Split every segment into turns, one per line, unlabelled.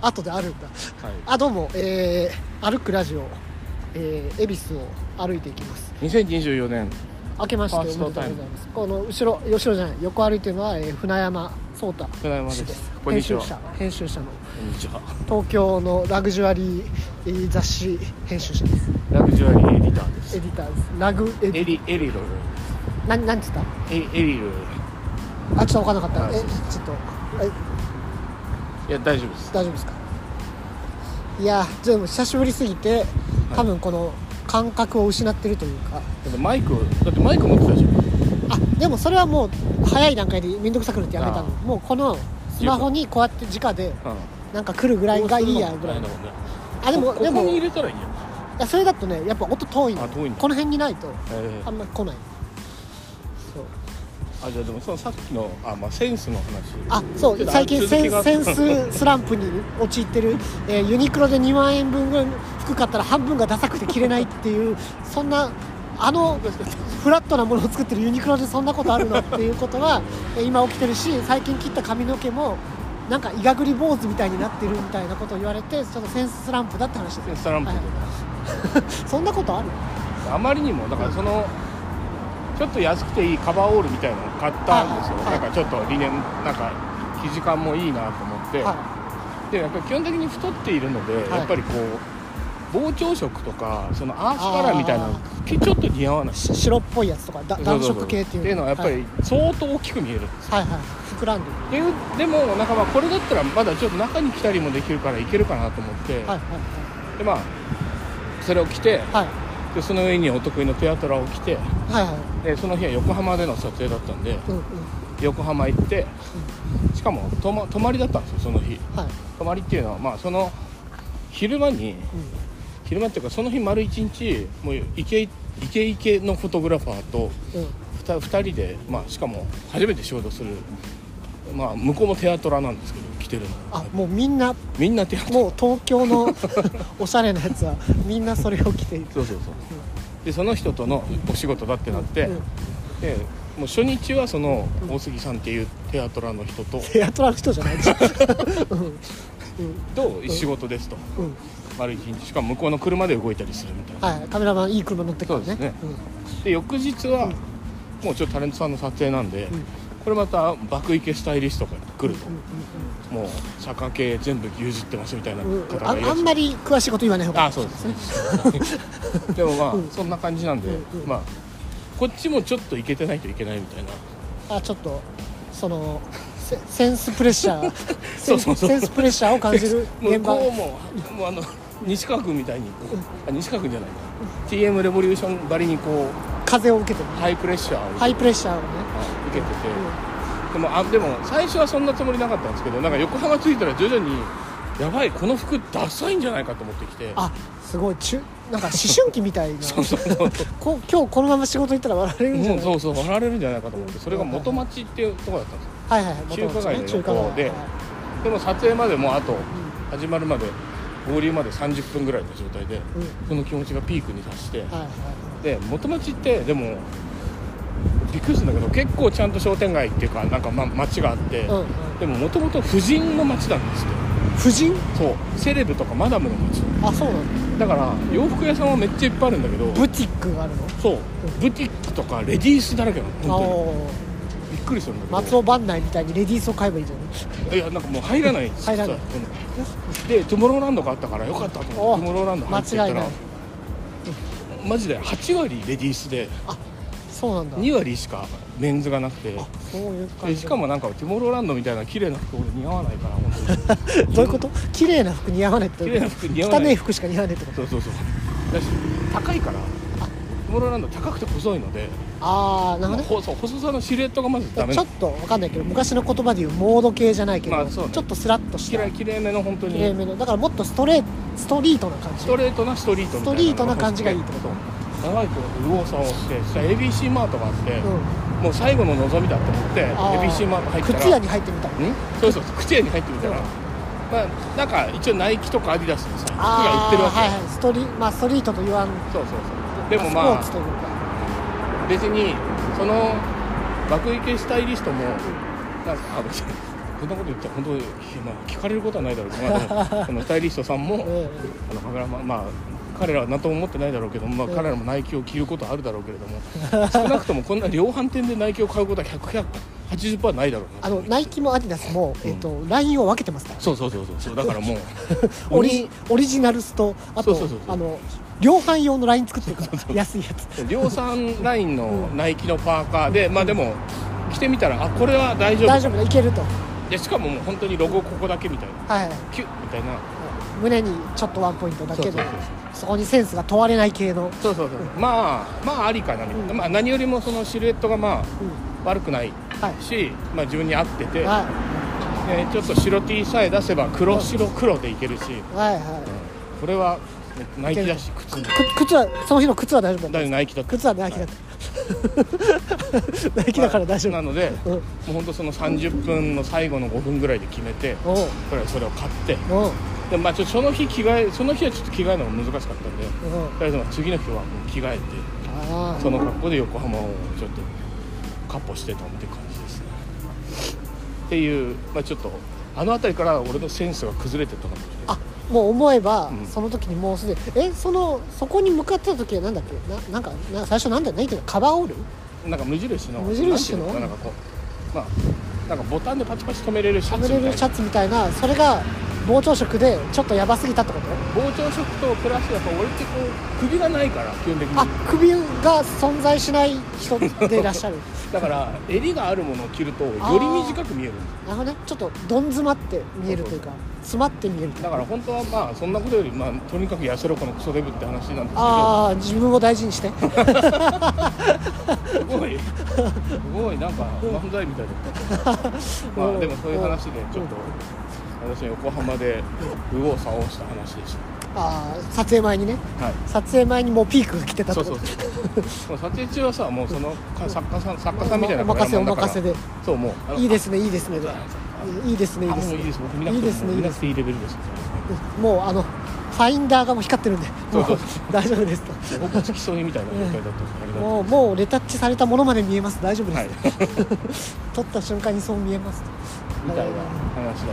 後であるんだ
はい
あどうも、えー歩くラジオ、えー、恵比寿を歩いていきます
2024年
明けましておめでとうございますこの後ろ後ろじゃない横歩いてるのは、えー船山壮太
船山です
氏です
こん
編
にち
集
は
者編集者の
こんにちは
東京のラグジュアリーえー雑誌編集者です
ラグジュアリーエディターで
エ
す
ディターですラグエデ
エ
ィ
リエリロル
ななんつった
エエリロル
あちょっと分からなかっ
あ
たえ
そうで
ち
す
ょっとえ
いや大丈夫です
大丈夫ですかいやーでも久しぶりすぎて多分この感覚を失ってるというか、
だってマイクだってマイク持ってたじゃん
あでもそれはもう早い段階で面倒くさくるってやめたの
あ
もうこのスマホにこうやって直で
う
なんか来るぐらい
ん
がいいやぐらいの
こうするのもね
あでも
ここ
でも
こに入
い
れたらいいやん
やそれだとねやっぱ音遠いの
あ遠いんだ
この辺にないと
え
あんま来ないそう
ーあじゃあでもそのさっきのあまあセンスの話
あそう最近センセン
うん
ススランプに陥ってる、えーユニクロで2万円分ぐらいの服買ったら半分がダサくて着れないっていうそんなあのフラットなものを作ってるユニクロでそんなことあるのっていうことはえー今起きてるし最近切った髪の毛もなんかいがぐり坊主みたいになってるみたいなことを言われてちょっとセンススランプだって話です
スランプで、
はいそんなことある
あまりにもだからそのちょっと安くていいカバーオールみたいなのを買ったんですよ、
はいはい
なんかちょっとリネンなんか生地感もいいなと思って、
は
でやっぱり基本的に太っているので、
い
やっぱりこう膨張色とかそのアースカラーみたいなのちょっと似合わない
いし白っぽいやつとかだ暖
そうそ
色
うそう
系っていう
っていうのはやっぱり相当大きく見える、
はいはいはい膨らんでる
ででもなんかまあこれだったらまだちょっと中に着たりもできるからいけるかなと思って、
はい
でまあそれを着て
はいはい
でその上にお得意のテアトラを着て
はいはいは
でその日は横浜での撮影だったんで
いうんうん
横浜行ってしかも泊ま泊まりだったんですよその日
はい
泊まりっていうのはまあその昼間に
うん
昼間っていうかその日丸一日もうイケイケイケのフォトグラファーと
うん、
ふた2人で、まあ、しかも初めて仕事する、まあ、向こうもテアトラなんですけど来てるの
あもうみんな
みんなテアトラ
もう東京 のおしゃれなやつはみんなそれを着ている
そうそうそうでその人とのお仕事だってなって、
うん
でもう初日はその大杉さんっていうテアトラの人と
テアトラの人じゃないうんうん
と仕事ですと
うん
丸一日しかも向こうの車で動いたりするみたいな、
はいカメラマンいい車乗ってくるね
そうですね
うん
で翌日はもうちょっとタレントさんの撮影なんで、これまた爆イケスタイリストが来ると、もう坂系全部牛耳ってますみたいな
うんうん
方
あ
がいらっしゃ
あ
る
んまり詳しいこと言わない方が
あそうですね でもまあ、そんな感じなんで、
うんうん
まあこっちもちょっといけてないといけないみたいな
あちょっとそのセセンスプレッシャー
そうそうそう
センスプレッシャーを感じる
向
現場
こう ももうあの西川君みたいにこう、あ西川君じゃないな TM レボリューションばりにこう
風を受けてる
ハイプレッシャーを受け,、
ハイプレッシャーをね
受けてて、でもあでも最初はそんなつもりなかったんですけどなんか横浜着いたら徐々にやばいこの服ダサいんじゃないかと思ってきて
あすごい中なんか思春期みたいな
そうそうそう
こ今日このまま仕事行ったら笑われるんじゃ
もう
ない
そうそう割られるんじゃないかと思ってそれが元町っていうとこだったんですよ
はいはいはい
中華街の
中華街
で
はい
でも撮影までもうあと始まるまで合流まで30分ぐらいの状態で
うん
その気持ちがピークに達して
はいはい
で元町ってでもびっくりするんだけど結構ちゃんと商店街っていうかなんか、ま、街があって
うんうん
でももともと婦人の街なんですよ
夫人
そうセレブとかマダムの街
あそうなんだ
だから洋服屋さんはめっちゃいっぱいあるんだけど
ブティックがあるの
そうブティックとかレディースだらけなの
あ
本
おー
当にびっくりするんだけど
松尾番内みたいにレディースを買えばいいじゃない
いやなんかもう入らないんです
入らない
うんでトゥモローランドがあったからよかったと思ってトゥモローランド入ってた
間違いな
ら
い
マジで8割レディースで
そうなんだ
2割しかメンズがなくて
そういう感
で
じ
しかもなんかトゥモローランドみたいな綺麗な服俺似合わないから 本当に
どういうこと綺麗な服似合わないってどういうこと
綺麗な服似合わない
汚い服しか似合わないってこと
そうそうそうだし高いからトゥモローランド高くて細いので、
ああなる
ま
ほ
あ
どね
ほそう細さのシルエットがまずダメ
ちょ
な
っとわかんないけど昔の言葉で言うモード系じゃないけど、
まあそうね
ちょっとスラッとし
き
た
れいきれいめの本当
綺
に
麗めのだからもっとストレートストリートな感じ
ストレートなストリートみたいな
ストリートな感じがいいってこと
と長い子右往左往してそしたら ABC マートがあって、
うん
もう最後の望みだと思って
あー
ABC マート入ったら
靴屋に入ってみたい
んそうそう靴屋に入ってみた
う
ら、
ん
まあ、なんか一応ナイキとかアディダスのさ服が売
あ
って
ー
るわけ、
はいはいストリまあストリートと言わん
そうそうそうでも
スポー
ま
ツというか
あ別にその爆イケスタイリストもなんかあ別にこんなこと言ったら本当に、まあ、聞かれることはないだろうけど、まあでもこのスタイリストさんも、
え
あの神楽まあ、まあ、彼らは何とも思ってないだろうけども、まあ、
ええ
彼らもナイキを着ることはあるだろうけれども少なくともこんな量販店でナイキを買うことは180%ないだろうな
あのナイキもアディダスも、えっとラインを分けてますから
そうそうそうそうそうだからもう
オリオリジナルスとあと
そうそうそうそう
あの量販用のライン作ってるから安いやつ
量産ラインのナイキのパーカーで、まあでも着てみたらあこれは大丈夫
大丈夫だいけると、は、
でしかももう本当にロゴここだけみたいないキュッみたいな
胸にちょっとワンポイントだけ
そ
で
うそうそう
そこにセンスが問われない系の、
そうそうそうまあまあありかなみたいな、まあ、何よりもそのシルエットがまあ
うん
悪くない
はい
し、まあ、自分に合ってて、
は
えーちょっと白 T さえ出せば黒白黒でいけるし
いはいはい
これはナイキだし靴も
く靴はその日の靴は大丈夫だ
だ
っ
いぶナイキだったた
靴はナイキだった、ナイキだから 大丈夫、
なので
う
も
ん
う本当その30分の最後の5分ぐらいで決めて
おう
これそれを買って
おう
で、まあ、ちょっとその日着替えその日はちょっと着替えるのが難しかったんで
おう
とりあえずまあ次の日はもう着替えて
あ
その格好で横浜をちょっとカッポしてたって感じですねっていう、まあ、ちょっとあの辺りから俺のセンスが崩れてったかもしれない
あもう思えば、
うん
その時にもうすでにえそのそこに向かってた時はなんだっけななんかな最初なんだ何言ってたカバーオール
なんか無印の
無印の
なんていうかなんかこうまあなんかボタンでパチパチ止めれるシャ
は
ツ
め
みた
れ
いな
るシャツみたいなそれが膨張色でちょっとやばすぎたってこと
膨張色とプラスやっぱ俺ってこう首がないから基本的
あ
に
首が存在しない人でいらっ しゃる
だから襟があるものを着るとより
あー
短く見えるんです
なるほどねちょっとどん詰まって見えるというか詰まって見えるというか
だから本当はまあそんなことよりまあとにかく痩せろこのクソデブって話なんですけど
ああ自分を大事にして
すごいすごいなんか漫才みたい だった、まあ、でもそういう話でちょっと私は横浜で右往左往した話でし
ああ撮影前にね
たはい
撮影前にもうピークが来てた
そ
と
うそう
こ
そうもう撮影中はさもうそのか作家さん作家さんみたいな
お任せ
カメラマンだか
お
ら
任せで
そうもうあの
いいですねいいですねでいいですねいい
あ
です
もうい
ね
いです僕見なく
いい
て
ですね
も
いい
見
ですね
なくていいレベルです
もうあのファインダーがもう光ってるんでもう
そうそう
大丈夫です と
僕つきそうにみたいな状態だったんですけど
もうもうレタッチされたものまで見えます大丈夫
はい
です、撮った瞬間にそう見えますと
みたいな話だっ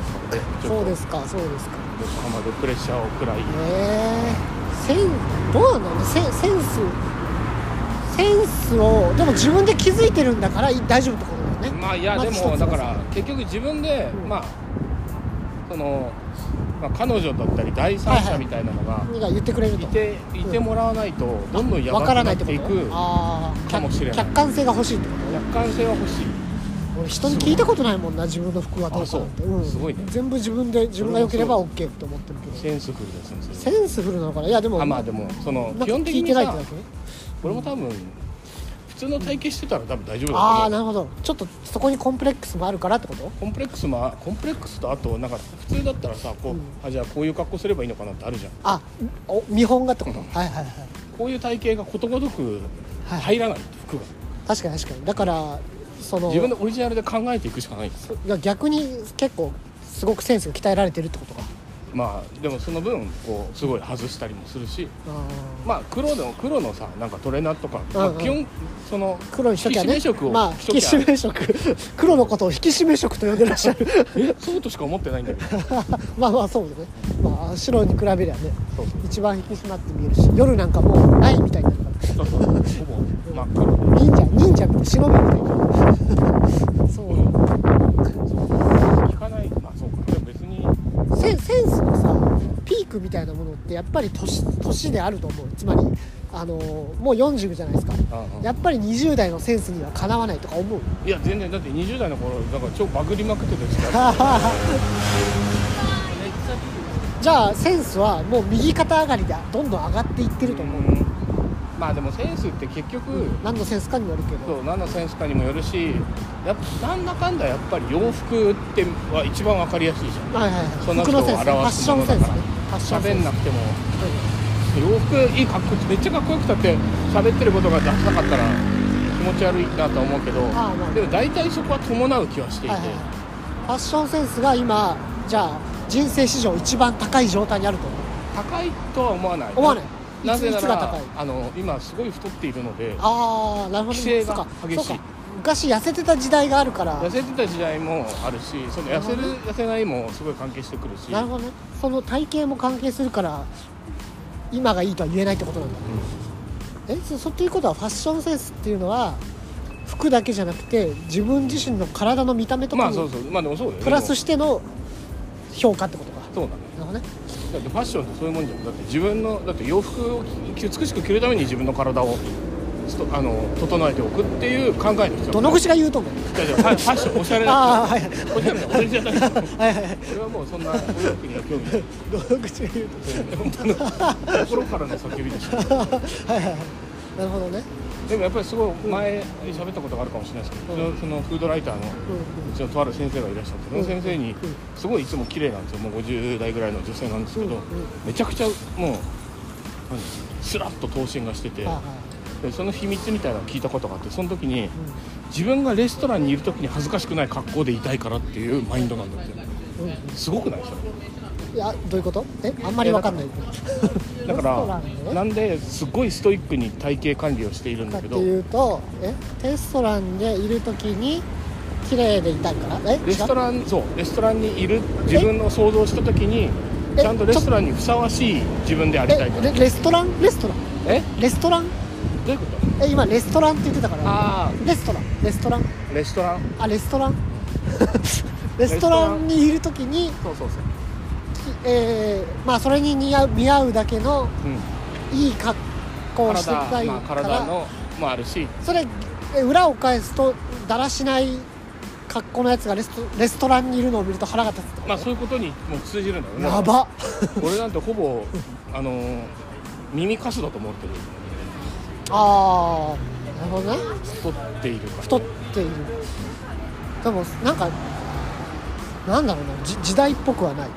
たのでちょ
そう
っと
ですかそうですか
横浜でプレッシャーを食らい
ねえセンどうなのセンセンスセンスをでも自分で気づいてるんだからい大丈夫ってことだよね
まあいや
まず
で
一
も
つ
だから結局自分で
うん
まあその、まあ、彼女だったり第三
はいは
者
い
みたいなのが
何が言ってくれると
いていてもらわないとどんどんやば
わ
く
からな
ないっ
って
てい
こ
く
とあー
かもしれない
客観性が欲しいってこ
楽観性は欲しい
と俺人に聞いたことないもんな自分の服はどうかなんて
あそうんすごいね
全部自分で自分が良ければ OK って思ってるけど
センスフルですねそ
セ
れ
ンスフルなのかないやでも
あまあでもその
なん
基
か
本的
聞い
に
てないって
さ
だけ
俺も多分普通の体型してたら多分大丈夫だと
ああ
思う
なるほどちょっとそこにコンプレックスもあるからってこと
コンプレックスもコンプレックスとあとなんか普通だったらさこう、
うん
あじゃあこういう格好すればいいのかなってあるじゃん
あお見本がってこと
うん
はいはいはい
こういう体型がことごとく
はい
入らないって服が
確かに確かにだからその
自分でオリジナルで考えていくしかないんです
そいや逆に結構すごくセンスが鍛えられてるってことか
まあでもその分こうすごい外したりもするし
あ
まあ黒の黒のさなんかトレーナーとか、まあ
うんうん
基本その
ー黒にしときゃね
引き締め色を
まあ引
し
き
ときゃ
締め色 黒のことを引き締め色と呼んでらっしゃる
えそうとしか思ってないんだけど
まあまあそうだね、まあ、白に比べりゃね
そう
一番引き締まって見えるし夜なんかもうないみたいになるから
そうそうほぼ真っ黒で
忍者忍者みたい忍びみたいなそうだ
引かないまあそうかでも別に
センセンスのさピークみたいなものってやっぱり年年であると思うつまりあのもう40じゃないですか
うんうん
やっぱり20代のセンスにはかなわないとか思 う
いや全然だって20代の頃なんか超バグりまくってた時代
じゃあセンスはもう右肩上がりでどんどん上がっていってると思う、
まあでもセンスって結局、
何のセンスかによるけ
そ
ど
う何のセンスかにもよるしやっぱなんだかんだやっぱり洋服っては一番わかりやすいじゃん
はいはいはい
その
服
人を
のセン
表
スファッシ
す
ョ
も
ン
の
セン
だ
ス
か
ね
ら
ファッションセ
喋
ン
ん
ス
なくても洋服いい格好めっちゃかっこよくたって喋ってることが出さかったら気持ち悪いなとは思うけど
ああまあ
でも大体そこは伴う気はしていて、
はいはいはいファッションセンスが今じゃあ人生史上一番高い状態にあると思う
高いとは思わない
思わない
なぜない
ついつが
ら
高い
あの今すごい太っているので
ああなるほど
規制が
そうか
激しい
そうか昔痩せてた時代があるから
痩せてた時代もあるしその痩せる痩せないもすごい関係してくるし
なるほどねその体型も関係するから今がいいとは言えないってことなんだ、えそそうということはファッションセンスっていうのは服だけじゃなくて自分自身の体の見た目と
ま
か
あそ
も
うそうまあでもそうだよね
プラスしての評価ってことか
そうだね
なるほどね
だってファッションってそういうもんじゃんだって自分のだって洋服を美しく着るために自分の体をちょっとあの整えておくっていう考えの人
どの口が言うと思う
いやいやファファッションおしゃれ
ああ
だ
はいはい
おしゃれだおしゃれじゃない俺
はいはいはい
はもうそんなお洋服には興味ない
どの口が言うと
本 当の心からの叫びでしょ
はいはいはいなるほどね、
でもやっぱりすごい前喋ったことがあるかもしれないですけど、うちのそのフードライターの
うんうん、
うちのとある先生がいらっしゃってその先生にすごいいつも綺麗なんですよもう50代ぐらいの女性なんですけど、
うんうん
めちゃくちゃもう何スラッと頭身がしてて
はいはい
でその秘密みたいなのを聞いたことがあってその時に自分がレストランにいる時に恥ずかしくない格好でいたいからっていうマインドなんだって
うん
すごくないですか
いやどういうことえあんまりわかんないレ
だか
ストランで
らなんですごいストイックに体型管理をしているん
か
だ
っ
け
て
ど
いうとえレストランでいるときに綺麗でいたいからえ
レスト
ン
ランそうレストランにいる自分を想像した時に
え
ちゃんとレストランにふさわしい自分でありたいか
え
ら
レレストランレストラン
え
レストラン
どういうこと
え今レストランって言ってたから
あ
レストランレストラン
あレストラン
あレスト ランレストランにいるときに、
そうそうそう
きえーまあ、それに似合う見合うだけの
うん
いい格好をしていた
体,、
い
まあ、
から、
体のもあるし
それえ裏を返すとだらしない格好のやつがレストレストランにいるのを見ると腹が立つとか、
まあそういうことにもう通じるんだよね
やば
俺なんてほ ぼあのー耳かすだと思ってる
ああなるほどね
太っているから
太っているでもなんかなんだろうなじ時代っぽくはない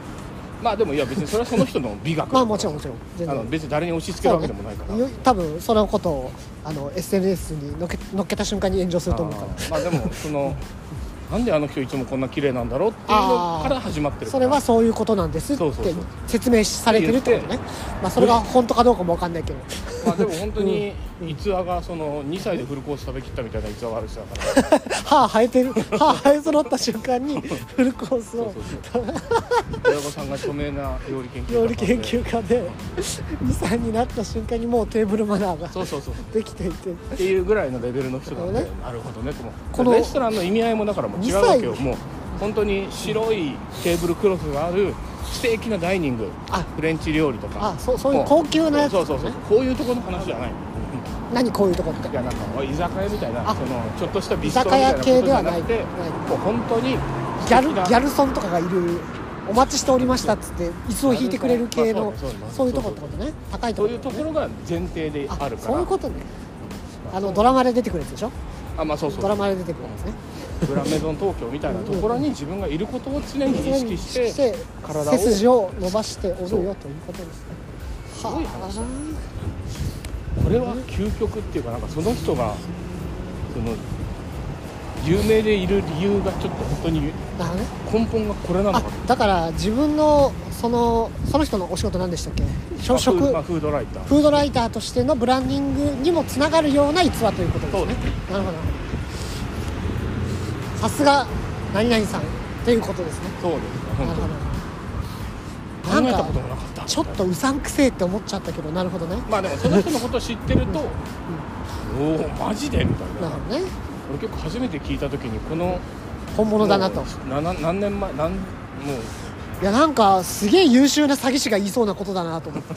まあでもいや別にそれはその人の美学
まあもちろんもちろん全
あ
然
の別に誰に押し付けるわけでもないから、
そうねよ多分そのことをあの SNS にのっけのっけた瞬間に炎上すると思うから
あーまあでもそのなんであの人いつもこんな綺麗なんだろうっていうのから始まってる
そ
か
れ
ら
はそういうことなんですっ
そうそう
て
そう
説明されてるってことねまあそれが本当かどうかもわかんないけど
まあでも本当に逸話がその2歳でフルコース食べきったみたいな逸話がある人だから
歯生えてる歯生え揃った瞬間 にフルコースを
そうそうそう親御さんが著名な料理研究家
料理研究家で2歳になった瞬間にもうテーブルマナーが
そうそうそう
できていて
っていうぐらいのレベルの人なんで、
なるほ
なるほどねと思う
この
レストランの意味合いもだからもう違うわけよ
2
もう本当に白いテーブルクロスがある素敵なダイニング
あ
フレンチ料理とか
あそうそういう高級なやつ
もうそうそうそうこういうところの話じゃない
何こういうとこって
いやなんか居酒屋みたいな
あ
そのちょっとしたビストロみたいなことじ
居酒
ゃなくて
屋系ではない
もう本当に
ギャルギャ
ル
ルソンとかがいるお待ちしておりましたっつって椅子を引いてくれる系の
ギャルソンまあ
そ
そうう
い
ね
うとこってことね高いと
そ
こ
ういうところが前提であるから
そういうことねあのドラマで出てくるやつでしょ
あまあそうそう
ドラマで出てくるやつね
グランメゾン東京みたいなところに自分がいることを常に意識して
して
体を
背筋を伸ばしておるよということですね
ごい
は
話
あ
これは究極っていうかなんかその人がその有名でいる理由がちょっと本当に
なるほどね
根本がこれなのか
あだから自分のそのその人のお仕事何でしたっけ朝食
まあフー
フ
まあフードライター
ードライターとしてのブランディングにもつながるような逸話ということです
そうね
なるほどさすが何々さんということですね
そうです
な
ね
る
本
ほど
当
なん
に考え
か
たこともなかった
ちょっとうさんくせえって思っちゃったけどなるほどね
まあでもその人のことを知ってると、おおマジでみたい
なる
な
ほどね
俺結構初めて聞いた時にこの
本物だなと
もうなな何年前なんもう
いやなんかすげえ優秀な詐欺師が言いそうなことだなと思って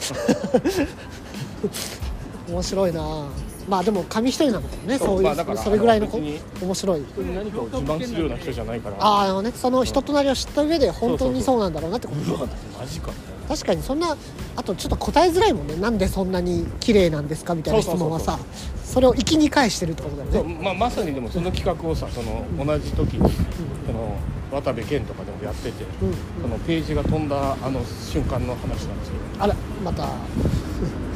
面白いなまあでも紙一重なんだよね
そう
そういう、
まあだから
それぐらいのこ
別に
面白い
人に何かを自慢するような人じゃないから
ああのねその人となりを知った上で本当にそうなんだろうなってこと
うわマジかみたいな
確かにそんなあとちょっと答えづらいもんねなんでそんなに綺麗なんですかみたいな質問はさそれを生きに返してるってことだよ
そう
ね
まあ、まさにでもその企画をさその同じ時にその渡部健とかでもやってて、
うんうん
そのページが飛んだあの瞬間の話なんですけど
あらまた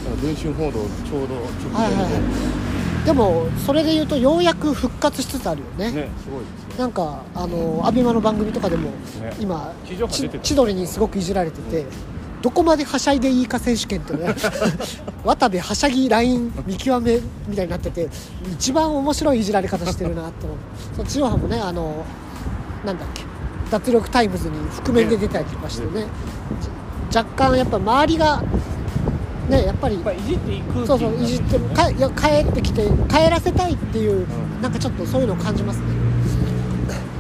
その文春報道ちょうど直
はい
前で、
はいでもそれで言うとようやく復活しつつあるよね
ねすごいですね
なんかあのアベマの番組とかでも、
ね
今
地上波出
ち
てた
千鳥にすごくいじられてて、どこまではしゃいでいいか選手権って いうのね渡部はしゃぎライン見極めみたいになってて一番面白いいじられ方してるなと思うその地上波もねあのなんだっけ脱力タイムズに覆面で出たりとかしてねじ若干やっぱ周りがねやっぱり
ぱいじっていく
そうそういじってもかいや帰ってきて帰らせたいっていう、
うん
なんかちょっとそういうのを感じますね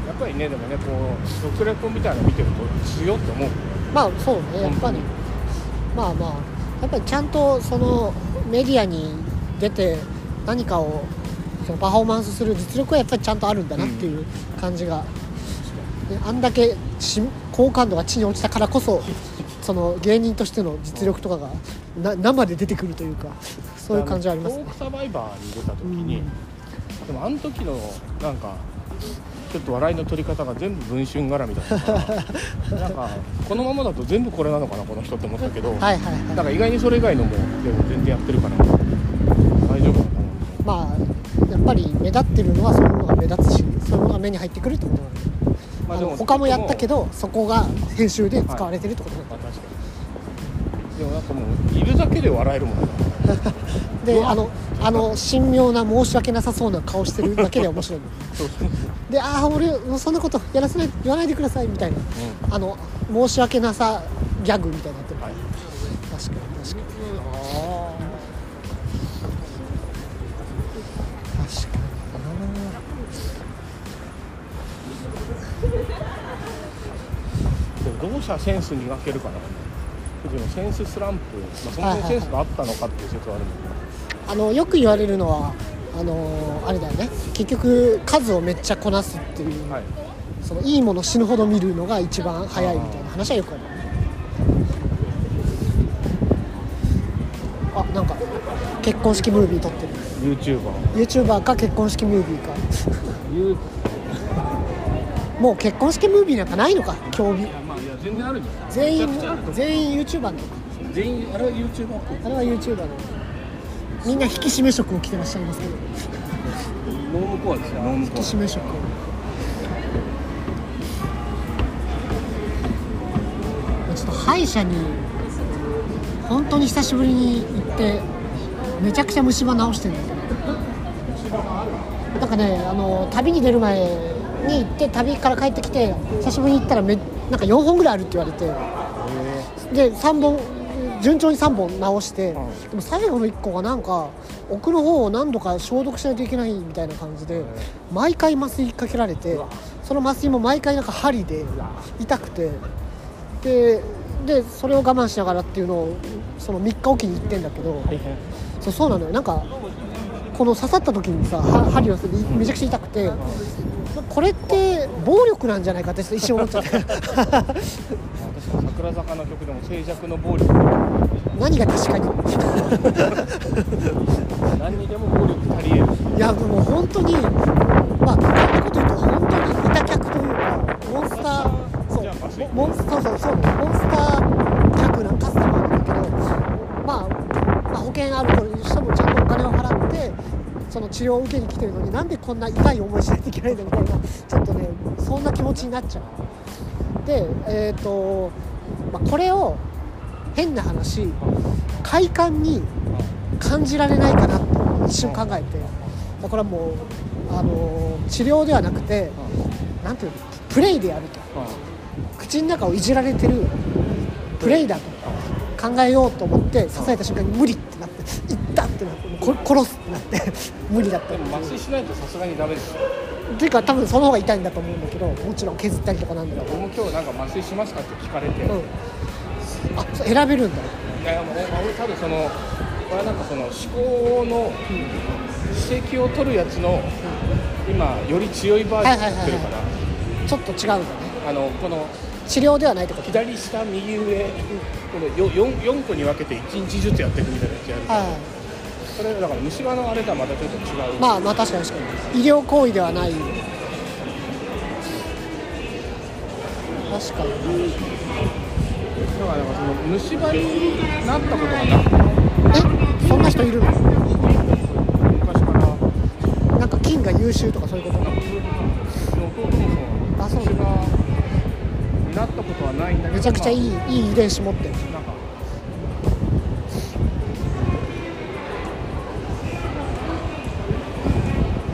やっぱりねでもねこう独レポみたいなの見てると強って思う
まあそうねやっぱりまあまあやっぱりちゃんとそのメディアに出て何かをそのパフォーマンスする実力はやっぱりちゃんとあるんだなっていう感じが、ねあんだけし好感度が地に落ちたからこそその芸人としての実力とかがな生で出てくるというかそういう感じはあります
ト
ね
ークサバイバーに出た時に、
うん
でもあの時のなんかちょっと笑いの取り方が全部文春絡みだったから なんかこのままだと全部これなのかなこの人って思ったけど、
はいはいはい
なんか意外にそれ以外のもでも全然やってるから大丈夫かな
まあやっぱり目立ってるのはそういうものが目立つしそういうものが目に入ってくるってことなんで
ま
あ
で
の他もやったけどそこが編集で使われてるってことなんだ、
まあ確かにでもなんかもういるだけで笑えるもんな
であのあの神妙な申し訳なさそうな顔してるだけで面 白いの
そうそう
でああ俺もうそんなことやらせない言わないでくださいみたいな、あの申し訳なさギャグみたいになってる、
はい
確かに確かに確かにな
でもどうしたらセンスに分けるかなでもセンススランプ、まあ、そも
はい
そ
はいはい
もセンスがあったのかっていう説はあるんだけど、
あのよく言われるのはあのあれだよね結局数をめっちゃこなすっていう、
はい、
そのいいもの死ぬほど見るのが一番早いみたいな話はよくあるあなんか結婚式ムービー撮ってる
YouTuber
YouTuber か結婚式ムービーか
ユー
もう結婚式ムービーなんかないのか競技
まあいや全然あるじゃん
全員
めちゃくちゃあると思
全員 YouTuber なのか
う全員あれは YouTuber っぽい
あれは YouTuber なのかみんな引き締め色を着てらっしゃいますけど
ノームコアですよノーム
引
コ
き締め色をちょっと歯医者に本当に久しぶりに行ってめちゃくちゃ虫歯治してるんだけどなんかねあの旅に出る前に行って旅から帰ってきて久しぶりに行ったらめなんか4本ぐらいあるって言われてで3本順調に3本直して、
ん
でも最後の1個がなんか奥の方を何度か消毒しないといけないみたいな感じで毎回麻酔かけられてその麻酔も毎回なんか針で痛くてででそれを我慢しながらっていうのをその3日おきに行ってんだけど、
大変
そうそうなのよなんかこの刺さった時にさは針をするめちゃくちゃ痛くてこれって暴力なんじゃないかって一瞬思っちゃって
私は桜坂の曲でも静寂の暴力
何が確かに
何にでも暴力足りえる
いやでも本当にまあこんなこと言うと本当に板客というかモンスター
じゃあバス
そう
行く
モンスそうそうそうモンスター客なカスタマーなんだけど、まあ、まあ保険あるとしてもちゃんとお金を払ってその治療を受けに来てるのになんでこんな痛い思いしないといけないんだみたいなちょっとねそんな気持ちになっちゃうでえっ、と、まあ、これを変な話快感に感じられないかなと一瞬考えてだからもう、あのー治療ではなくてなんていうのプレイでやると口の中をいじられてるプレイだと考えようと思って刺された瞬間に無理ってなって「いった!」ってなってこ殺すってなって 無理だった
でも麻酔しないとさすがにダメですよ
っていうか多分その方が痛いんだと思うんだけどもちろん削ったりとかなんだけど、
僕も今日なんか麻酔しますかって聞かれて、
うん、あそう選べるんだ
いやいやもうね、まあ俺多分そのこれはなんかその思考の指摘を取るやつの今より強いバージョンになってるから、
ちょっと違うんだね
あのこの
治療ではないってこと
左下右上この 4, 四個に分けて1日ずつやっていくみたいなやつやる、
はい
それだから虫歯のあれとはまたちょっと違う、
まあまあ確かに確かに医療行為ではない確かに
だからなんかその虫歯になったことがなくて
えそんな人いるの
昔からなんか
なんか菌が優秀とかそういうこと
弟もそうな
あ
ん
そう
虫歯になったことはないんだけど
めちゃくちゃいいいい遺伝子持ってる
なんか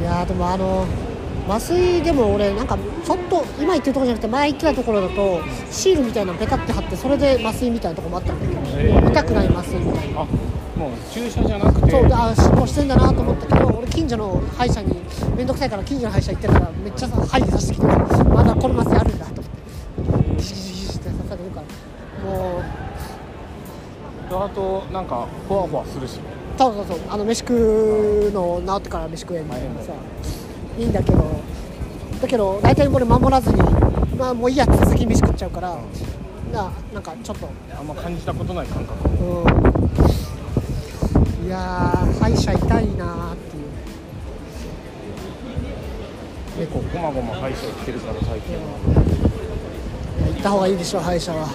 やーでもあの麻酔でも俺なんかちょっと今言ってるところじゃなくて前言ってたところだとシールみたいなのペタって貼ってそれで麻酔みたいなとこもあったんだけど、
へー
痛くない麻酔みたいな
あもう注射じゃなくて
そうであ進歩してんだなと思ったけど俺近所の歯医者に面倒くさいから近所の歯医者行ってたらめっちゃさ針刺してきてまだこの麻酔あるんだと思ってギシギシギシって刺されるからもう
あとなんかほわほわするしね
そうそうそうあの飯食うの治ってから飯食えみたいなさいいんだけどだけど大体俺守らずにまあもういいやって次飯食っちゃうからななんかちょっと
あんま感じたことない感覚
うんいやー歯医者痛いなーっていう
結構ごまごま歯医者行ってるから最近はい
や行った方がいいでしょ歯医者は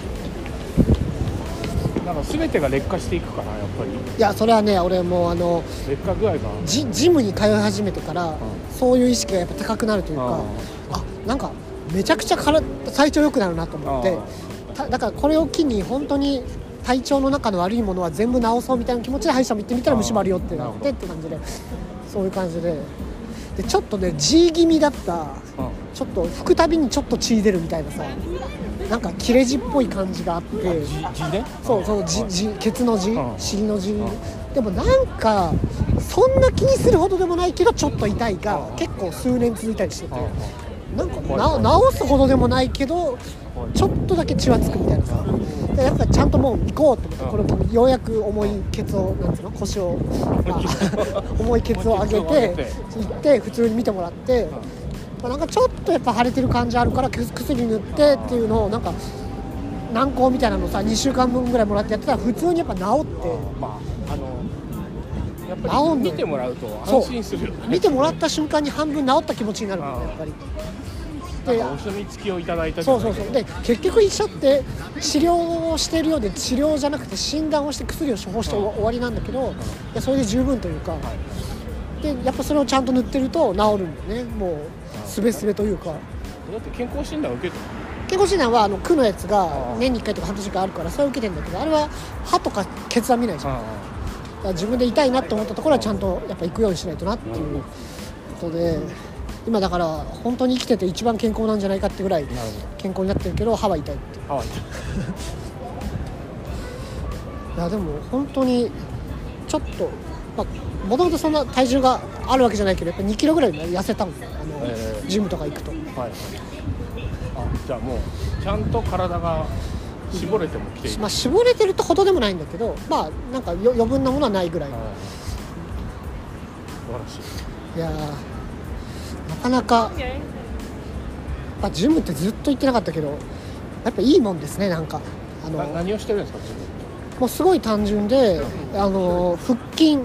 なんか全てが劣化していくからやっぱり
いやそれはね俺もうあの
劣化具合が
ジジムに通い始めてから、そういう意識がやっぱ高くなるというか、あなんかめちゃくちゃから体調良くなるなと思ってただからこれを機に本当に体調の中の悪いものは全部治そうみたいな気持ちで歯医者も行ってみたら
あー
虫歯あるよってなっ
な
て
る
って感じでそういう感じででちょっとね G 気味だった
うん
ちょっと拭くたびにちょっと血出るみたいなさなんか切れ字っぽい感じがあって。
じ字で
そうそうじじケツの字
うん
尻の字
ん
でもなんかそんな気にするほどでもないけどちょっと痛いが
うん
結構数年続いたりしてて
うんうん
なんか
怖い怖い
な治すほどでもないけど
怖い
ちょっとだけ血はつくみたいなさでやっぱちゃんともう行こうと思
う
っ
ん
てこれようやく重いケツをなんつうの腰 をまあ 重いケツを上げ
重いケツを上
て
げて
行って普通に見てもらってまあなんかちょっとやっぱ腫れてる感じあるから薬塗ってっていうのをなんか軟膏みたいなのさ2週間分ぐらいもらってやってたら普通にやっぱ治って
まああのやっ
治ん
ぱり
のよ
見てもらうと
そう
安心するよね
見てもらった瞬間に半分治った気持ちになるもん
あ
ね
ー
やっぱりで
なんかお墨付きをいただいたじ
そ
ゃ
う
ない
そうそうで結局医者って治療をしてるようで治療じゃなくて診断をして薬を処方して終わ終わりなんだけどいやそれで十分というかでやっぱそれをちゃんと塗ってると治るんだよねもうすべすべというか。
だって健康診断受けた
健康診断はあの区のやつが
あー
年に1回とか半年間あるからそれを受けてんだけどあれは歯とかケツは見ないじゃんだから自分で痛いなって思ったところはちゃんとやっぱ行くようにしないとなっていうことで今だから本当に生きてて一番健康なんじゃないかってぐらい
なるほど
健康になってるけど歯は痛いって
ハワイ
いやでも本当にちょっともともとそんな体重があるわけじゃないけどやっぱ2キロぐらい痩せたもんあの、
えー
ジムとか行くと
はいあじゃあもうちゃんと体が絞れてもきている
まあ絞れてるってほどでもないんだけどまあなんかよ余分なものはないぐらい
はい素晴らしい
いやーなかなか、まあ、ジムってずっと行ってなかったけどやっぱいいもんですねなんかあ
な
の
何をしてるんですか自分
もうすごい単純であの腹筋な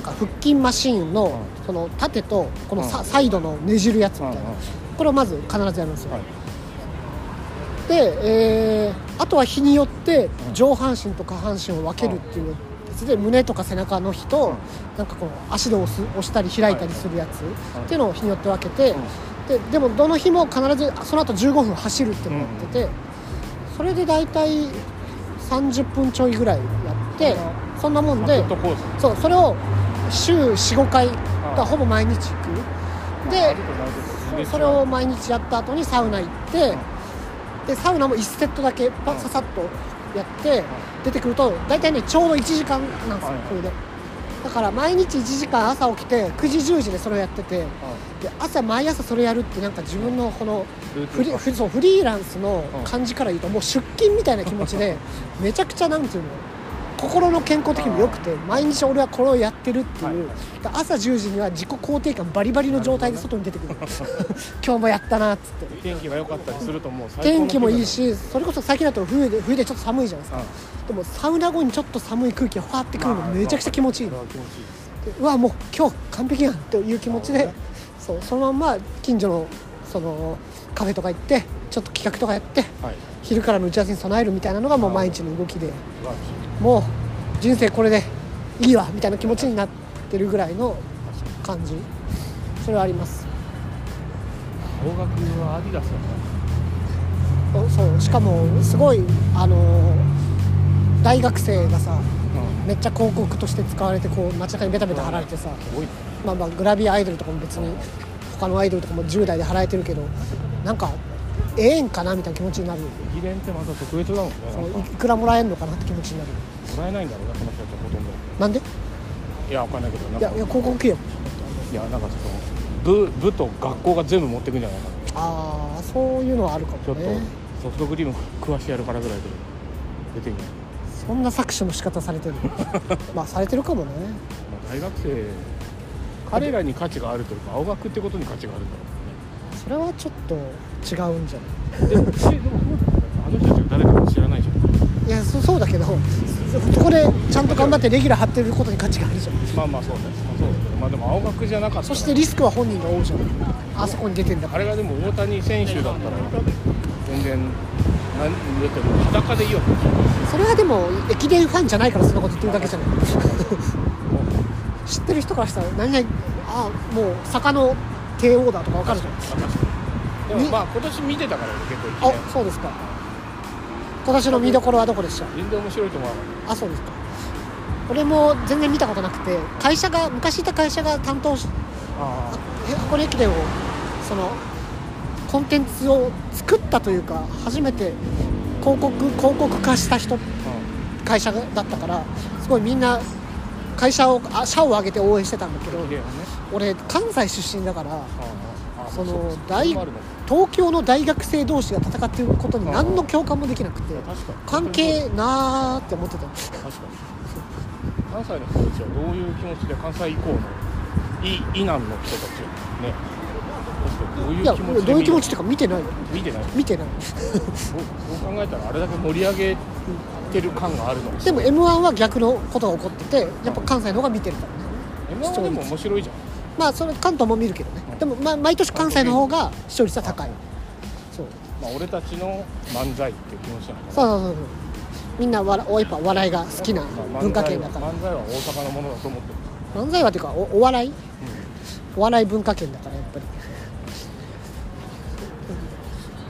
んか腹筋マシーンのその縦とこの
う
サ
ん
サイドのねじるやつみたいな
うんうん
これをまず必ずやるんですよ
はい
で、えーあとは日によって上半身と下半身を分けるっていうやつで胸とか背中の日となんかこう足で押す押したり開いたりするやつ
はい
っていうのを日によって分けてででもどの日も必ずその後15分走るっていうのをやっててそれで大体30分ちょいぐらいやってそんなもん
フ
で
ットコース
そうそれを週45回がほぼ毎日行くでそうそれを毎日やった後にサウナ行って、でサウナも1セットだけパ
うん
ささっとやって、出てくると大体ねちょうど1時間なんですよ、
はい
これでだから毎日1時間朝起きて9時10時でそれをやっててで朝毎朝それやるってなんか自分のこの
ルーティン
フリ
化
フリそうフリーランスの
うん
感じから言うともう出勤みたいな気持ちでめちゃくちゃなんていうの心の健康的にも良くて毎日俺はこれをやってるっていう、
はい
で朝10時には自己肯定感バリバリの状態で外に出てく る今日もやったなっつって
天気が良かったりするともう最高の
天気もいい
気
しそれこそ最近だと冬で冬でちょっと寒いじゃないです
分
か
だね
でもサウナ後にちょっと寒い空気がファーってくるの
まあ
めちゃくちゃ気持ちいい
うん
の
それは気持ちいい
でうわもう今日完璧やんという気持ち
な
で
るほど
そうそのまんま近所のそのカフェとか行ってちょっと企画とかやって
はい
昼からの打ち合わせに備えるみたいなのがもう毎日の動きで
素晴らしい
もう人生これでいいわみたいな気持ちになってるぐらいの感じそれはあります
青学はアディダスだっ
おそうしかもすごいあの大学生がさ
たうん
めっちゃ広告として使われてこう街中にベタベタ貼られてさ
すごいね
まあ、まあグラビアアイドルとかも別に他のアイドルとかも10代で払えてるけどなんかええんかなみたいな気持ちになる
駅伝ってまた特別だもんね
その
なん
い
かも
いくらもらえんのかなって気持ちになる
らえないんだろうなその人たちはほとんど
なんで
いやわかんないけどな
い
んか
やいや広告費用
いやなんかちょっと部部と学校が全部持ってくんじゃないかな
ああそういうのはあるか
ちょ
も
っと
ね
ソフトクリーム食わしてやるからぐらいで出てみない
そんな搾取の仕方され てるまあされてるかもね
まあ大学生彼らに価値があるというか青学ってことに価値があるんだろ
それはちょっと違うんじゃな
う ねでもえでもあの人たちが誰かも知らないじゃん
いいやそそうだけどそそこでちゃんと頑張ってレギュラー張ってることに価値があるじゃん
まあまあそうだよまあそうだけどまあでも青学じゃなかったら
そしてリスクは本人が負うじゃんあそこに出てんだか
あれがでも大谷選手だったら全然何言っても裸でいいわけでしょ
らそれはでも駅伝ファンじゃないからそんなこと言ってるだけじゃない 知ってる人からしたら何々ああもう坂の帝王だとか分かるじゃん
でもまあ今年見てたから俺結構いいね
あそうですか今年の見どころはどこでした
全然面白いと思わなかっ
あそうですか俺も全然見たことなくて会社が昔いた会社が担当しあえ箱根駅伝をそのコンテンツを作ったというか初めて広告広告化した人
た
会社だったからすごいみんな会社をあ社を挙げて応援してたんだけど
うん、ね
俺関西出身だから
ああ
その
大
大東京の大学生同士が戦っていることに何の共感もできなくて
確かに
関係なーって思ってた
確かに関西の人たちはどういう気持ちで関西以降のい以南の人たちをねどうい
いや
う気持ちで
どういう
見
気
る
持ちっていうか見てないよ
見てない
見てない
そうそう考えたらあれだけ盛り上げてる感があるの
でも m 1は逆のことが起こっててやっぱ関西の方が見てるからね
M1 はでも面白いじゃん
まあそれ関東も見るけどねでも、まあ、毎年関西の方が視聴率は高いそう
まあ、俺たちの漫才っていう気持ちなのか
そうそうそうそうみんなわらおやっぱお笑いが好きな
な
文化圏だから
漫才は漫才は大阪のものだと思ってる、
漫才はというかおお笑いお笑い文化圏だからやっぱり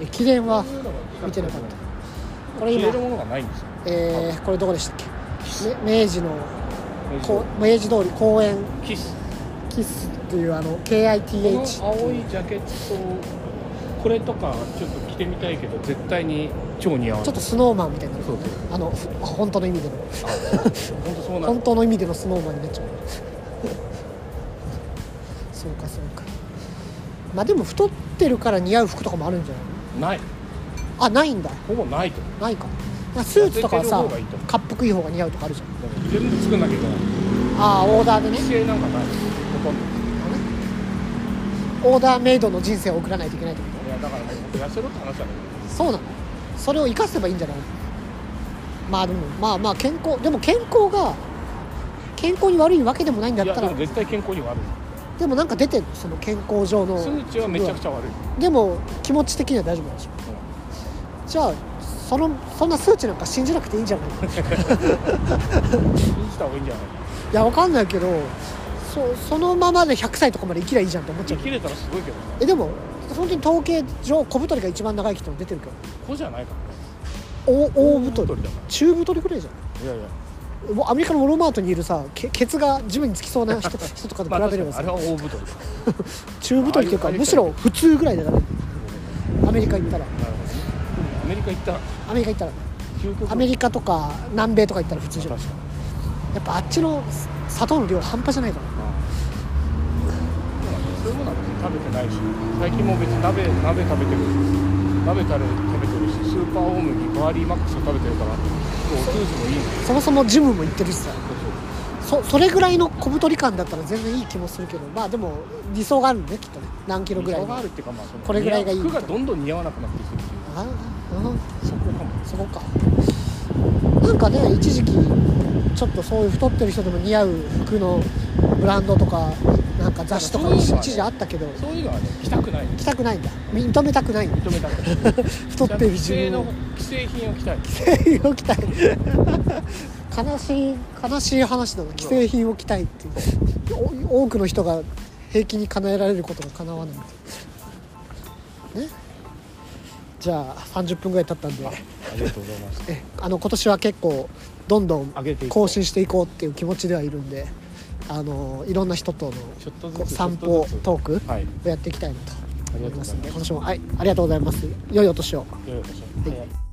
駅伝は見てなかったこれ
消え
今
る、ものがないんですよ
えーこれどこでしたっけ、め明治のこ
こ
う明治通り公園
うキス
キッスっていうあの
この
KITH
青いジャケットこれとかちょっと着てみたいけど絶対に超似合わ
ちょ
ない
っとスノーマンみたいな
そうそう
あのふ本当の意味での
本当そうな
本
の
当の意味でのスノーマンになっちゃうそうかそうかまあでも太ってるから似合う服とかもあるんじゃない
ない
あないんだ
ほぼないと思
ないかなんかスーツとかはさ
痩せてる方がいいと思う
かっぽくいい方が似合うとかあるじゃん
うだから全部作んなきゃいけない
ああオーダーでね
規制なんかないほとんど
オーダーメイドの人生を送らないといけないってこ
いやだからもう痩せろって話だけど
とそうなのそれを生かせばいいんじゃないまあでもまあまあ健康でも健康が健康に悪いわけでもないんだっ
いや
た
で
ら
も絶対健康に悪
でもなんか出てるその健康上の
い数値はめちゃくちゃ悪い
でも気持ち的には大丈夫なんでしょじゃあそのそんな数値なんか信じなくていいんじゃないい
信じた方がいいんじゃないか
やわかんないけどそそのままで100歳とかまで生きりゃいいじゃんと思っちゃ
生
う
きれたらすごいけどね
えでも本当に統計上小太りが一番長い人も出てるけど
こうじゃないからね
お大太
大太
り
りだから
中太りぐらいじゃん
いやいや
もうアメリカのウォルマートにいるさけケツが地面につきそう な人人とかと
まあ、
比べ
確
れ
か
ば
にあ
さ
れは大太りだ
中太りっていう
あ
か
あいう
むしろ普通ぐらいだからアメリカ行ったら
なるほどねアメリカ行ったら
アメリカ行ったら
究極
アメリカとか南米とか行ったら普通じゃん
確か
やっぱあっちの砂糖の量半端じゃないから
にそういうものは別に食べてないし最近も別に鍋鍋食べてる鍋食べ食べてるしスーパーオウムにバーリーマックスを食べてるからお通じもいいね
そもそもジムも行ってるしさそそれぐらいの小太り感だったら全然いい気もするけどまあでも理想があるんだねきっとね何キロぐらい
溝
の
が
あ
あるっていうかまあその
これぐらいがいい
服がどんどん似合わなくなっていくっていう
あう
そこかも
んそこかなんかね一時期ちょっとそういう太ってる人でも似合う服のブランドとかなんか雑誌とか
そういうのはね
一時あったけど
そういうのはね着たくないね
着たくないんだ認めたくない
認めたくない
太ってる
既
自
製
分
の
を
既製品 を着たい
既製品を着たい悲しい悲しい話だな既製品を着たいっていうお多くの人が平気に叶えられることが叶わないねじゃあ30分ぐらい経ったんで
あありがとうございます
えあの今年は結構どんどん
上げていこう
更新していこうっていう気持ちではいるんであのいろんな人との
ちょっとず
こう
つ
散歩
ちょっと
トーク
ずつはい
をやっていきたいなと
あり
思
が
い
とうご
ま
ざ
す
い
んで
ま
今年もはいありがとうございます良いお年を
すよいしょ
はい